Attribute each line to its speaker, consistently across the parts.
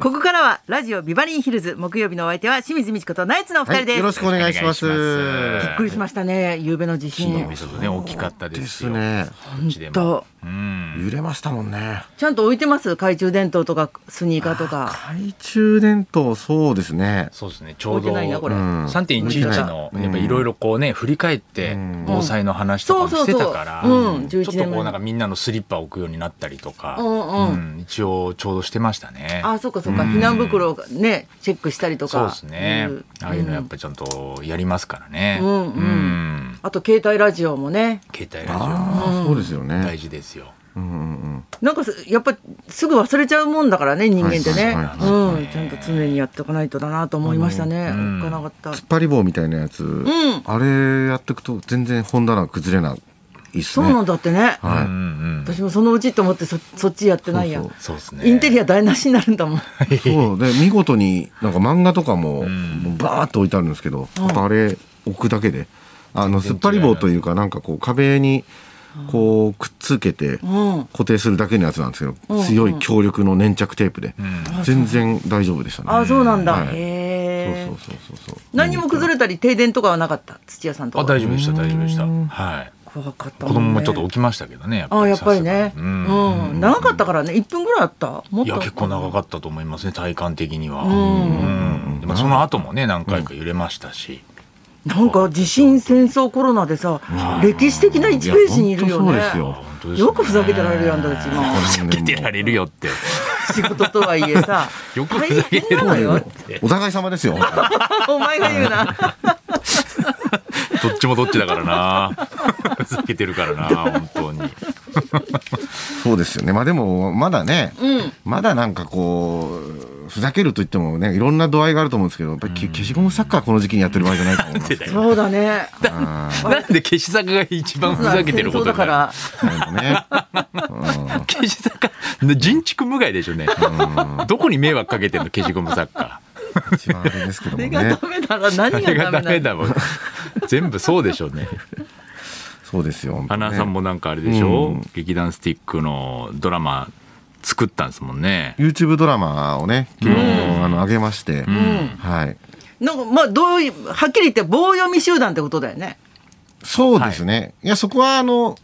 Speaker 1: ここからはラジオビバリーヒルズ木曜日のお相手は清水美智子とナイツのお二人です、
Speaker 2: よろしくお願いします。
Speaker 3: お願いし
Speaker 1: びっ
Speaker 3: ま
Speaker 1: くりしましたね夕べの地
Speaker 3: 昨日
Speaker 1: 震
Speaker 3: もちょっとね大きかったです
Speaker 2: です
Speaker 3: よ。
Speaker 2: ね。
Speaker 3: うちでも。
Speaker 1: と
Speaker 3: うん。
Speaker 2: 揺れましたもんね。
Speaker 1: ちゃんと置いてます懐中電灯とかスニーカーとか
Speaker 2: 懐中電灯、そうですね。
Speaker 3: そうですね。ちょう
Speaker 1: 置いて
Speaker 3: ど
Speaker 1: ないなこれ
Speaker 2: うん
Speaker 3: 3.11の
Speaker 2: うん
Speaker 3: やっぱいろいろこうね振り返って
Speaker 2: うん
Speaker 3: 防災の話とかも
Speaker 1: そう
Speaker 3: し
Speaker 1: そ
Speaker 3: て
Speaker 1: うそう
Speaker 3: たから、
Speaker 1: うん
Speaker 3: ちょっ
Speaker 1: 11
Speaker 3: と
Speaker 1: 年
Speaker 3: こ
Speaker 1: 前
Speaker 3: うなんかみんなのスリッパ置くようになったりとか、
Speaker 1: うんうん
Speaker 3: 一応ちょうどしてましたね。
Speaker 1: あそうかそうか
Speaker 3: うん
Speaker 1: 避難袋をねチェックしたりとか
Speaker 3: そうですね
Speaker 1: うん。
Speaker 3: ああいうのやっぱちゃんとやりますからね。
Speaker 1: うんうん
Speaker 3: ん
Speaker 1: あと携帯ラジオもね
Speaker 3: 携帯ラ
Speaker 2: ああ、そうですよ
Speaker 3: ジオ大
Speaker 2: ね。
Speaker 3: 事ですよ。
Speaker 2: うんうんうん。
Speaker 1: なんかすやっぱすぐ忘れちゃうもんだからね人間ってね、
Speaker 2: はい
Speaker 3: そうなん
Speaker 1: う
Speaker 3: で
Speaker 1: ん、
Speaker 3: す
Speaker 1: ち
Speaker 3: ね
Speaker 1: ゃんと常にやっておかないとだなと思いましたね、
Speaker 3: うん
Speaker 1: おっかなかった、
Speaker 2: 突っ張り棒みたいなやつ、
Speaker 1: ん
Speaker 2: あれやってくと全然本棚崩れないっす
Speaker 1: そ
Speaker 2: ね。
Speaker 1: うなんだってね
Speaker 2: はい
Speaker 3: うんうん。
Speaker 1: 私もそのうちと思ってそそっちやってないや
Speaker 2: そうそ
Speaker 3: そうですね。
Speaker 1: インテリ
Speaker 3: ア。
Speaker 1: ア台無しになるんだもん
Speaker 2: そうで見事になんか漫画とかも
Speaker 3: ん
Speaker 2: もうバーっと置いてあるんですけど、やっぱあれ置くだけであの
Speaker 3: 全然
Speaker 2: 突
Speaker 3: 違う
Speaker 2: っ張り棒というかなんかこう壁にこうくっつけて
Speaker 1: うん
Speaker 2: 固定するだけのやつなんですけ
Speaker 1: うん
Speaker 2: ど強い強力の粘着テープで
Speaker 3: うん。
Speaker 2: 全然大丈夫でしたね。
Speaker 1: あそうなんだ、
Speaker 2: はい
Speaker 1: へえ
Speaker 2: そうそうそうそうそう
Speaker 1: 何も崩れたり停電とかはなかった土屋さんと
Speaker 3: あ
Speaker 1: かは
Speaker 3: 大丈夫でした大丈夫でした。
Speaker 2: うん
Speaker 3: はい。
Speaker 1: 怖かった
Speaker 3: 子
Speaker 1: もんね
Speaker 3: 供もちょっと起きましたけどね。
Speaker 1: あやっぱりね
Speaker 3: さす
Speaker 1: う
Speaker 3: がに
Speaker 1: ん、
Speaker 3: うん。
Speaker 1: 長かったからね1分ぐらいあったもっ
Speaker 3: い
Speaker 1: と
Speaker 3: や結構長かったと思いますね体感的には。
Speaker 1: うん
Speaker 3: うん。でもその後もね何回か揺れましたし。
Speaker 1: なんか地震戦争コロナでさ歴史的な1ページにいるよね
Speaker 2: いや本当そうですよ
Speaker 3: あ本当ですね
Speaker 1: よくふざけてられるやんだうち今
Speaker 2: これもね
Speaker 3: ふざけてられるよって。
Speaker 1: 仕事とはいえさ
Speaker 3: よくふざけて
Speaker 1: 大変な
Speaker 3: ら
Speaker 1: の
Speaker 3: れるよっ
Speaker 1: よ
Speaker 3: て。
Speaker 2: お互い様ですよ。 は
Speaker 1: お前が言う な
Speaker 3: どっちもどっちだからな。 ふざけてるからな本当に。
Speaker 2: いそうですよね。まあでも、まだね、
Speaker 1: うん
Speaker 2: まだなんかこう、ふざけると言ってもね、いろんな度合いがあると思うんですけど、やっぱりけ消しゴムサッカーこの時期にやってる場合じゃないと思いますけ ど。
Speaker 1: そうだね
Speaker 2: あ
Speaker 3: なんで消し坂が一番ふざけてるこ
Speaker 1: だ
Speaker 3: とに
Speaker 1: か
Speaker 3: なる
Speaker 1: ら
Speaker 2: ーなるほどね。
Speaker 3: 消し坂人畜無害でしょうね。どこに迷惑かけてんの消しゴム作家。
Speaker 2: 一番あれですけど
Speaker 1: そ
Speaker 2: も
Speaker 1: れが
Speaker 2: ね。
Speaker 1: ダメなら何
Speaker 3: あれ
Speaker 1: が
Speaker 3: が
Speaker 1: ダ
Speaker 3: ダ
Speaker 1: メ
Speaker 3: メ
Speaker 1: な
Speaker 3: だもん。全部そうでしょうね。
Speaker 2: そうですよ。
Speaker 3: 花さんもなんかあれでしょ、劇団スティックのドラマ作ったんですもんね。
Speaker 2: YouTube ドラマをね、昨日、あの、上げまして、はい。
Speaker 1: のなんかまあどういうはっきり言って棒読み集団ってことだよね
Speaker 2: そうですね。い、や、そこはあの、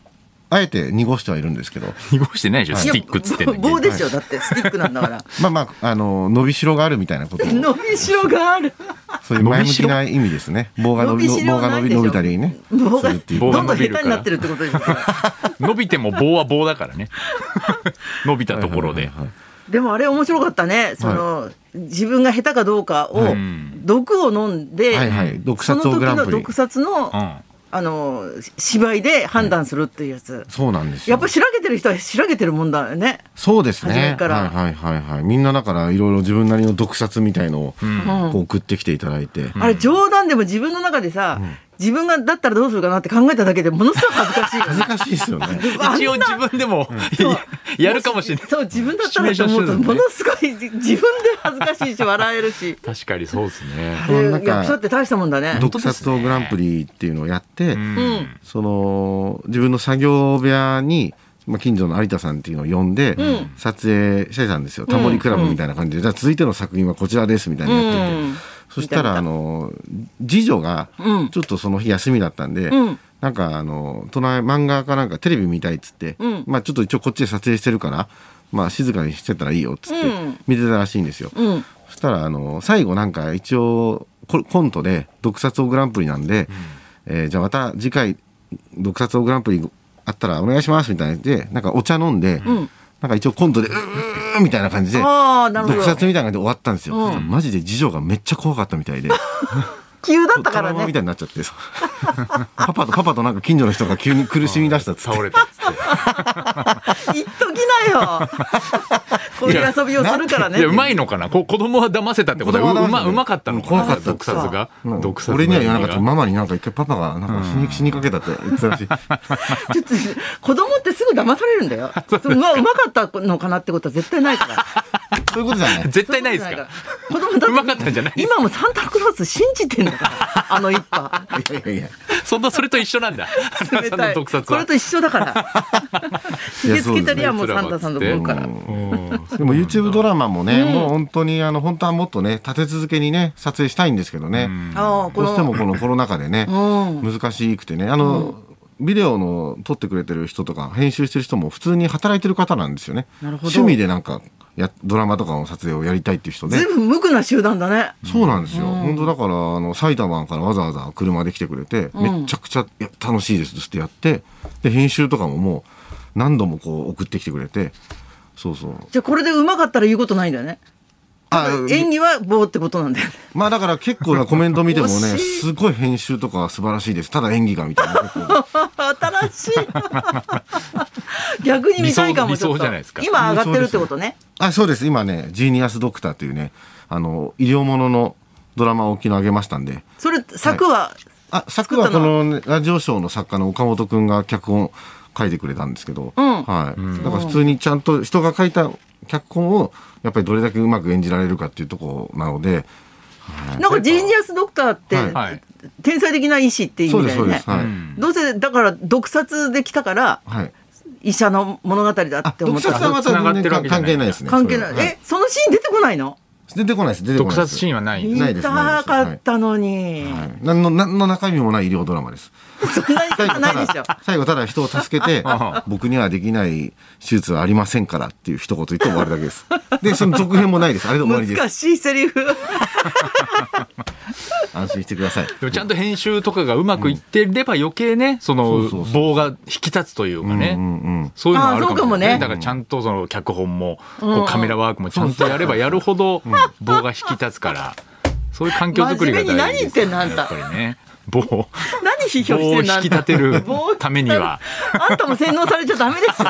Speaker 2: あえて濁してはいるんですけど、
Speaker 3: 濁してないでしょ、
Speaker 1: い
Speaker 3: ス
Speaker 1: や
Speaker 3: ティックっつってんのに
Speaker 1: 棒棒でしょだってスティックなんだから
Speaker 2: まあまあ、あの、伸びしろがあるみたいなことを
Speaker 1: 伸びしろがある
Speaker 2: そういう前向きな意味ですね。棒が伸び、
Speaker 1: しろ
Speaker 2: 棒が
Speaker 1: ない
Speaker 2: 伸
Speaker 1: でし
Speaker 2: び、
Speaker 1: ょ
Speaker 2: 伸びたりね。
Speaker 1: 棒が
Speaker 2: するっていう
Speaker 1: どんどん
Speaker 3: 棒が伸び
Speaker 1: 下
Speaker 3: る
Speaker 1: 手
Speaker 3: から
Speaker 1: になってるってことですよ
Speaker 3: 伸びても棒は棒だからね。伸びたところで。
Speaker 1: でもあれ面白かったねその、自分が下手かどうかを、
Speaker 3: うん
Speaker 1: 毒を飲んで、
Speaker 2: はいはい毒
Speaker 1: そ
Speaker 2: 殺
Speaker 1: の
Speaker 2: 王
Speaker 1: 時
Speaker 2: グランプリ
Speaker 1: の毒殺の、
Speaker 3: うん。
Speaker 1: あのし芝居で判断するっていうやつ、
Speaker 2: そうなんですよ。
Speaker 1: やっぱ調べてる人は調べてるもんだよね、
Speaker 2: そうです
Speaker 1: 初め
Speaker 2: ね。
Speaker 1: か
Speaker 2: はい
Speaker 1: ら
Speaker 2: はいはいはい。みんなだからいろいろ自分なりの毒殺みたいのを
Speaker 3: ん
Speaker 2: こう送ってきていただいて。
Speaker 1: あれ冗談でも自分の中でさ、自分がだったらどうするかなって考えただけでものすごく恥ずかしいよね
Speaker 2: 難しいです よね。
Speaker 3: 一応自分でも、 やるかもしれない。
Speaker 1: そう自分だったらと思うと
Speaker 3: シミュレーションしてるの
Speaker 1: も
Speaker 3: ね
Speaker 1: のすごい自分で恥ずかしいし笑える し
Speaker 3: 確かにそうですね。
Speaker 1: あ
Speaker 2: そ
Speaker 1: れ
Speaker 2: のなん
Speaker 1: 役
Speaker 2: か
Speaker 1: 者って大したもんだね
Speaker 2: 毒殺王グランプリっていうのをやって、
Speaker 1: うん
Speaker 2: その自分の作業部屋に、まあ、近所の有田さんっていうのを呼んで、
Speaker 1: ん
Speaker 2: 撮影してたんですよ。タモリクラブみたいな感じで、じゃあ続いての作品はこちらですみたいにやってて。
Speaker 1: うん
Speaker 2: そしたら、あの、次女が
Speaker 1: うん、
Speaker 2: ちょっとその日休みだったんで、
Speaker 1: うん
Speaker 2: なんか、あの、隣、漫画かなんかテレビ見たいっつって、
Speaker 1: うん
Speaker 2: まあちょっと一応こっちで撮影してるから、まあ静かにしてたらいいよっつって
Speaker 1: うん、
Speaker 2: 見てたらしいんですよ。
Speaker 1: うん
Speaker 2: そしたら、あの、最後なんか一応コ、コントで、毒殺王グランプリなんで、えーじゃあまた次回、毒殺王グランプリあったらお願いしますみたいな感じで、なんかお茶飲んで、なんか一応コントで、うーうーみたいな感じで、
Speaker 1: ああなるほ
Speaker 2: 毒
Speaker 1: ど
Speaker 2: 殺みたいな感じで終わったんですよ。
Speaker 1: う
Speaker 2: マジで次女がめっちゃ怖かったみたいで、だ
Speaker 1: 急だったから
Speaker 2: マみ
Speaker 1: ね
Speaker 2: たいになっちゃ って、そうパパとパパとなんか近所の人が急に苦しみ出したっつっ
Speaker 3: 倒
Speaker 2: て。
Speaker 3: れたっつって。
Speaker 1: 言っとき なよこういう遊びをするからね
Speaker 3: いや、うまいのかなこ子供は騙せたってことは、
Speaker 2: 子供は騙
Speaker 3: う
Speaker 2: せた
Speaker 3: ま、うまかったのかな
Speaker 2: 怖かった
Speaker 3: 毒殺が
Speaker 2: うん。
Speaker 3: 毒殺の
Speaker 2: 俺には言わなかった
Speaker 3: 意味が
Speaker 2: ママになんか一回パパがなんか死に死にかけたって言ってたらしい
Speaker 1: ちょっと子供ってすぐ騙されるんだ よ。うまうまかったのかなってことは絶対ないから。
Speaker 2: そういうことじゃない
Speaker 3: 絶対ないですか
Speaker 1: 子供だ
Speaker 3: うまかったんじゃない
Speaker 1: 今もサンタクロース信じてんだから。あの一派。
Speaker 2: いやいやいや
Speaker 3: そんな、それと一緒なんだ。
Speaker 1: 冷たい。
Speaker 3: 毒殺
Speaker 1: こ
Speaker 3: は
Speaker 1: れと。一緒だから。ひげつけたりはもうサンタさんの分から。
Speaker 3: うん
Speaker 2: でも YouTube ドラマもね、もう本当にあの本当はもっとね立て続けにね撮影したいんですけどね、
Speaker 1: ああ、こ
Speaker 2: どうしても
Speaker 1: の。
Speaker 2: このコロナ禍でね、
Speaker 1: う
Speaker 2: 難しくてねあの、ビデオの撮ってくれてる人とか編集してる人も普通に働いてる方なんですよね
Speaker 1: なるほど
Speaker 2: 趣味でなんかやドラマとかの撮影をやりたいっていう人ね
Speaker 1: ずいぶん無垢な集団だね。
Speaker 2: そうなんですよ、本当だからあの埼玉からわざわざ車で来てくれて、めちゃくちゃいや楽しいですってやってで編集とかももう何度もこう送ってきてくれてそうそう
Speaker 1: じゃあこれでうまかったら言うことないんだよね。
Speaker 2: あ
Speaker 1: 演技は棒ってことなんだよね。
Speaker 2: まあだから結構なコメント見てもね
Speaker 1: 惜しい
Speaker 2: すごい編集とかは素晴らしいですただ演技がみたいな 結構
Speaker 1: 新しい。 逆に見たいかも
Speaker 3: 理
Speaker 1: ちょっ
Speaker 3: 想理想じ
Speaker 1: と
Speaker 3: ゃないですか。
Speaker 1: 今上がってるってことね。
Speaker 2: あそうです今ね「ジーニアス・ドクター」というねあの医療もののドラマを昨日あげましたんで
Speaker 1: それ作は。
Speaker 2: あ作
Speaker 1: 作
Speaker 2: は
Speaker 1: った
Speaker 2: こ
Speaker 1: の
Speaker 2: のねラジオショーの作家の岡本君が脚本書いてくれたんですけど、
Speaker 1: うん
Speaker 2: はい、だから普通にちゃんと人が書いた脚本をやっぱりどれだけうまく演じられるかっていうところなので
Speaker 1: なんかジーニアスドクターって
Speaker 3: はいはい
Speaker 1: 天才的な医師っていう
Speaker 2: そう
Speaker 1: 意味
Speaker 2: で
Speaker 1: だよ
Speaker 2: すそうで
Speaker 1: ね
Speaker 2: す、。はい、
Speaker 3: うん
Speaker 1: どうせだから毒殺できたから
Speaker 2: はい、
Speaker 1: 医者の物語だ
Speaker 2: あ
Speaker 1: って思
Speaker 2: 毒
Speaker 1: った
Speaker 2: 殺
Speaker 1: ら
Speaker 2: はまた全然関係ないですね
Speaker 1: 関係ない、
Speaker 2: それはは
Speaker 1: えそのシーン出てこないの
Speaker 2: 出てこないです出てこ
Speaker 3: 特
Speaker 2: ないで
Speaker 3: 撮
Speaker 2: す
Speaker 3: シーンはないん
Speaker 2: い
Speaker 3: です。
Speaker 2: ない
Speaker 1: 見
Speaker 2: です
Speaker 1: たかったのに、
Speaker 2: はい何の何の中身もない医療ドラマです
Speaker 1: そんなに
Speaker 2: 最後
Speaker 1: 方ないでしょ
Speaker 2: ただ最後ただ人を助 けて僕にはできない手術はありませんからっていう一言言って終わるだけですでその続編もないですあれで終わりです
Speaker 1: 難しいセリフ
Speaker 2: 安心してください
Speaker 3: でもちゃんと編集とかがうまくいってれば余計ね、その
Speaker 2: そうそうそう
Speaker 3: 棒が引き立つというかね。
Speaker 2: うんうん
Speaker 3: そういうのはあるかもしれな
Speaker 1: あーそうかもね
Speaker 3: い。だからちゃんとその脚本も、
Speaker 1: うん
Speaker 3: こうカメラワークもちゃんとやればやるほど棒が引き立つから、そういう環境づくりが大事です、ね。
Speaker 1: 真面目に何言ってんのあんた
Speaker 3: やっぱりね。棒、棒を
Speaker 1: 何批評 して
Speaker 3: 引
Speaker 1: んのあん
Speaker 3: き
Speaker 1: た
Speaker 3: 立てるためには、
Speaker 1: あんたも洗脳されちゃダメですよ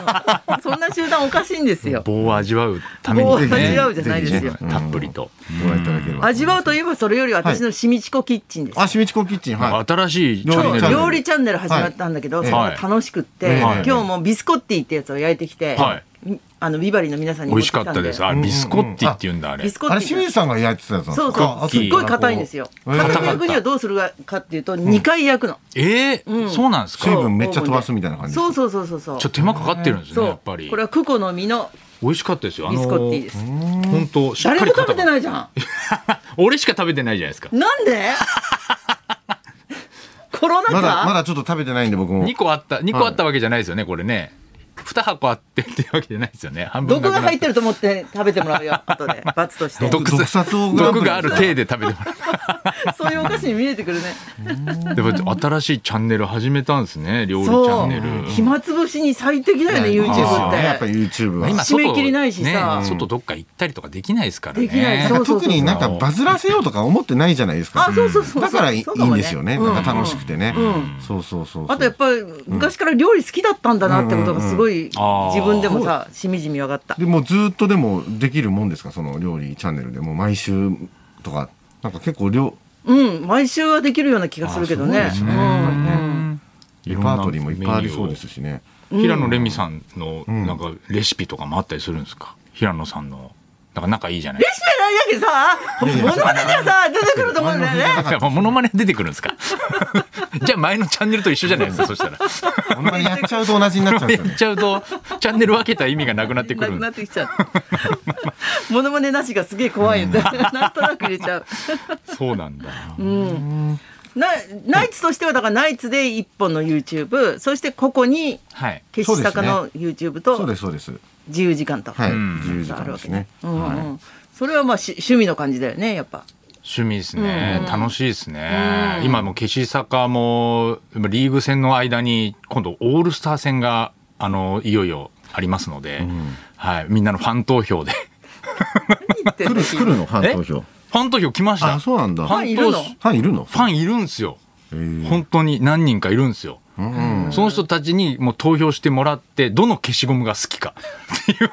Speaker 1: そんな集団おかしいんですよ
Speaker 3: 棒を味わうために
Speaker 1: 棒を味わうじ
Speaker 3: ね、
Speaker 1: ゃないですよ
Speaker 2: ぜひね
Speaker 3: たっぷりと。
Speaker 2: ご覧いただければ
Speaker 1: 味わうといえばそれより私のしみちこキッチンです、
Speaker 2: あしみちこキッチンはい
Speaker 3: 新しいチャン
Speaker 2: 料
Speaker 3: ネル。
Speaker 2: 理
Speaker 1: 料理チャンネル始まったんだけど、
Speaker 2: はい
Speaker 1: それが楽しくって、
Speaker 2: はい
Speaker 1: 今日もビスコッティってやつを焼いてきて、
Speaker 3: は
Speaker 1: あのビバリーの皆さんに持
Speaker 3: 美味
Speaker 1: て
Speaker 3: し
Speaker 1: き
Speaker 3: か
Speaker 1: た
Speaker 3: っ
Speaker 1: んで
Speaker 3: たです。あ、
Speaker 2: ん
Speaker 3: ビスコッティって言うんだ、あれ。
Speaker 1: ビスコッティ
Speaker 2: あれ清水さんが焼いてたやつなんです
Speaker 1: そう
Speaker 2: か
Speaker 1: そう
Speaker 2: あ
Speaker 1: すっごい硬いんですよ
Speaker 2: えー
Speaker 1: 硬く焼くにはどうするかっていうと2回焼くの、
Speaker 3: ええそうなんですか
Speaker 2: 水分めっちゃ飛ばすみたいな感じ
Speaker 1: そうそうそうそうそう
Speaker 3: ちょっと手間かかってるんです
Speaker 1: そう
Speaker 3: ね、やっぱり
Speaker 1: こ。れはクコの実の
Speaker 3: 美味しかったですよ。あ
Speaker 1: ビ
Speaker 3: の
Speaker 1: スコッティです、
Speaker 3: 本当しっ
Speaker 1: 誰
Speaker 3: か
Speaker 1: も
Speaker 3: り
Speaker 1: 食べて
Speaker 3: い。
Speaker 1: ないじゃん
Speaker 3: 俺しか食べてないじゃないですか。
Speaker 1: なんでコロナ禍、
Speaker 2: まだまだちょっと食べてないんで僕も
Speaker 3: 2個あった、2個あったわけじゃないですよね、これね。2箱あってっていうわけじゃないですよね。半分
Speaker 1: 毒が入って
Speaker 3: る。
Speaker 1: ると思って食べてもらうよ後で罰として
Speaker 3: 毒
Speaker 2: 毒殺を
Speaker 3: 毒がある体で食べてもら
Speaker 1: そういうお菓子に見えてくるね
Speaker 3: う。でも新しいチャンネル始めたんですね、料理チャ
Speaker 1: そ
Speaker 3: ン
Speaker 1: う
Speaker 3: ネル。
Speaker 1: 暇つぶしに最適だよね
Speaker 2: いやそうです
Speaker 1: YouTube
Speaker 2: よ
Speaker 1: っ
Speaker 2: ねやってぱ YouTube は
Speaker 3: 今外
Speaker 1: 締め切りないしさ
Speaker 3: ね外どっか行ったりとかできないですからね。
Speaker 1: できない
Speaker 2: なんか特になんかバズらせようとか思ってないじゃないですか
Speaker 1: あそうそうそう
Speaker 2: だからいい
Speaker 1: そうかも
Speaker 2: いん
Speaker 1: ね
Speaker 2: ですよねなんか楽しくてねそうそうそうそう
Speaker 1: あとやっぱり昔から料理好きだったんだなってことがすごい自分でもさしみじみ分かった
Speaker 2: でもうずっとでもできるもんですかその料理チャンネルでもう毎週とかなんか結構料
Speaker 1: うん毎週はできるような気がするけどね
Speaker 2: あそうですね
Speaker 1: うん
Speaker 2: ね
Speaker 3: い
Speaker 2: レ
Speaker 3: ろん
Speaker 2: パ
Speaker 3: な
Speaker 2: ートリーもいっぱいありそうですしね
Speaker 3: 平野レミさんのなんかレシピとかもあったりするんですか平野さんの。なんか仲いいじゃない
Speaker 1: レシピないやけどさ物まねではさ出てくると思うんだよね
Speaker 3: いや、 もうモノマネ出てくるんですかじゃあ前のチャンネルと一緒じゃないですか、そしたら。
Speaker 2: あんまりやっちゃうと同じになっちゃうんです
Speaker 3: や
Speaker 2: よ
Speaker 3: っ
Speaker 2: ね
Speaker 3: ちゃうと、チャンネル分けた意味がなくなってく
Speaker 1: な
Speaker 3: る
Speaker 1: く
Speaker 3: ん
Speaker 1: な
Speaker 3: で
Speaker 1: ってきちゃう 物まねなしがすげえ怖いんだなんとなく入れちゃう
Speaker 3: そうなんだ。
Speaker 1: なナイツとしてはだからナイツで一本の YouTube そしてここに
Speaker 3: はい。
Speaker 1: 消し坂の YouTube
Speaker 2: そう
Speaker 1: と
Speaker 2: ですそうです
Speaker 1: 自由時間と
Speaker 2: はい
Speaker 3: ん
Speaker 2: 自由時
Speaker 1: あ
Speaker 2: 間
Speaker 1: るわ
Speaker 2: で
Speaker 1: け
Speaker 2: すね
Speaker 1: ね、うんうん
Speaker 2: は
Speaker 1: それはまあし趣味の感じだよねやっぱ
Speaker 3: 趣味ですね。楽しいですね。今もう消し坂も、リーグ戦の間に、今度オールスター戦が、あの、いよいよありますので、はい。みんなのファン投票で。
Speaker 1: 言って
Speaker 2: い
Speaker 1: んの
Speaker 2: 来る来るのファン投
Speaker 3: え
Speaker 2: 票
Speaker 3: ファン投票来ました。
Speaker 2: あそうなんだ
Speaker 3: ファン投票
Speaker 1: ファンいるの
Speaker 2: ファンいるの
Speaker 3: ファンいるんですよ。
Speaker 2: へえ
Speaker 3: 本当に何人かいるんですよ。
Speaker 2: うん
Speaker 3: その人たちにもう投票してもらって、どの消しゴムが好きかっていう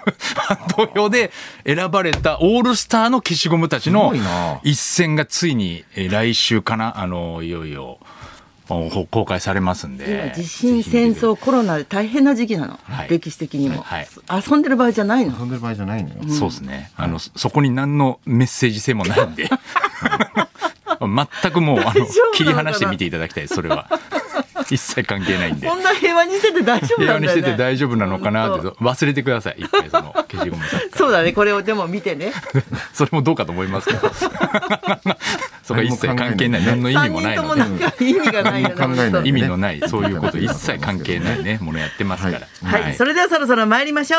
Speaker 3: 投票で選ばれたオールスターの消しゴムたちの
Speaker 2: すごいな
Speaker 3: 一戦がついにえー来週かな、あの、いよいよおほ公開されますん
Speaker 1: 今
Speaker 3: で。
Speaker 1: 地震戦
Speaker 3: ぜ
Speaker 1: 争コロナで大変な時期なの、
Speaker 3: はい
Speaker 1: 歴史的にも、
Speaker 3: はい
Speaker 1: 遊んでる場合じゃないの
Speaker 2: 遊んでる場合じゃないのよ
Speaker 3: ひ見て。そうですね。あの、そそこに何のメッセージ性もない んで。全くもう、あ
Speaker 1: 大丈夫なのか
Speaker 3: の
Speaker 1: な、
Speaker 3: 切り離してみていただきたいです、それは。 一切関係ないんで
Speaker 1: こんな平和にしてて大丈夫
Speaker 3: 平
Speaker 1: な
Speaker 3: 和
Speaker 1: ん
Speaker 3: に
Speaker 1: だ
Speaker 3: し
Speaker 1: よ
Speaker 3: て
Speaker 1: ね
Speaker 3: て大丈夫なのかなって
Speaker 1: 本
Speaker 3: 忘れてください一回その消しゴムさん
Speaker 1: そうだねこれをでも見てね
Speaker 3: それもどうかと思いますけ どそこは一切関係ない 何の意味
Speaker 1: 3
Speaker 3: もな
Speaker 1: 人
Speaker 3: い
Speaker 1: と
Speaker 3: の
Speaker 1: も
Speaker 3: で
Speaker 1: なんか意味がないよね
Speaker 2: 何も考えない
Speaker 3: 意味のない そういうこと一切関係ないねものやってますから、
Speaker 1: はい、それではそろそろ参りましょ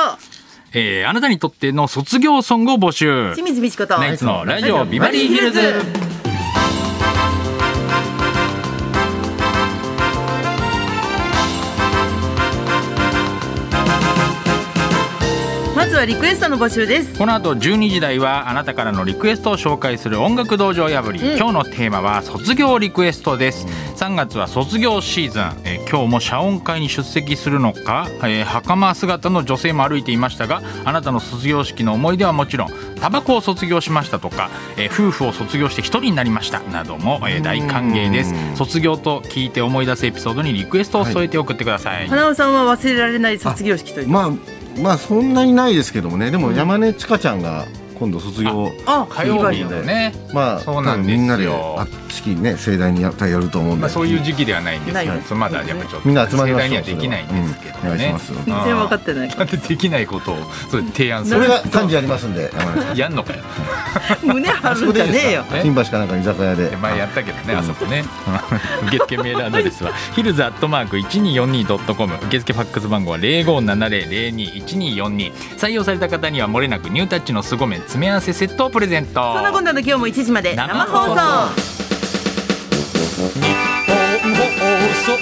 Speaker 3: えーあなたにとっての卒業ソングを募集
Speaker 1: う清水美智子と
Speaker 3: ナイツのラジオビバリーヒルズ
Speaker 1: まずはリクエストの募集です
Speaker 3: この後12時台はあなたからのリクエストを紹介する音楽道場破り、
Speaker 1: うん
Speaker 3: 今日のテーマは卒業リクエストです、3月は卒業シーズン、えー今日も謝恩会に出席するのか、えー袴姿の女性も歩いていましたがあなたの卒業式の思い出はもちろんタバコを卒業しましたとか、えー夫婦を卒業して一人になりましたなども、えー大歓迎です卒業と聞いて思い出すエピソードにリクエストを添えて送ってください、
Speaker 1: 花尾さんは忘れられない卒業式という
Speaker 2: まあまあそんなにないですけどもねでも山根千佳ちゃんが今度卒業
Speaker 1: あ
Speaker 3: 火曜日のね
Speaker 2: まあ
Speaker 3: そうなんで
Speaker 2: 多分み
Speaker 3: すよ
Speaker 2: んなであ式ね盛大にやったらやると思うん
Speaker 3: ま
Speaker 2: で、
Speaker 3: あ、そういう時期ではないんです
Speaker 1: な
Speaker 3: け
Speaker 1: い
Speaker 3: ど、
Speaker 1: です
Speaker 3: まだやっぱちょっと
Speaker 2: みんな集まりましょう
Speaker 3: 盛大にはできないんですけ
Speaker 2: う
Speaker 3: どね、
Speaker 2: んお願いしますよ
Speaker 1: 全然分かってない
Speaker 3: だってできないことをそれ提案す
Speaker 2: そ
Speaker 3: る
Speaker 2: れが幹事やりますんで山根さん
Speaker 3: やんのかよ
Speaker 1: 胸張るん じゃねえよ
Speaker 3: え
Speaker 2: 新橋かなんか居酒屋で
Speaker 3: 前やったけどねあそこね受付メールアドレスはヒルズアットマーク 1242.com 受付ファックス番号は0570021242採用された方にはもれなくニュータッチの凄麺詰め合わせセットをプレゼント
Speaker 1: そんなこんなの今日も1時まで生
Speaker 3: 生
Speaker 1: 放
Speaker 3: 放
Speaker 1: 送
Speaker 3: 送
Speaker 4: 日本放送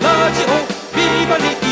Speaker 4: ラジオビバリー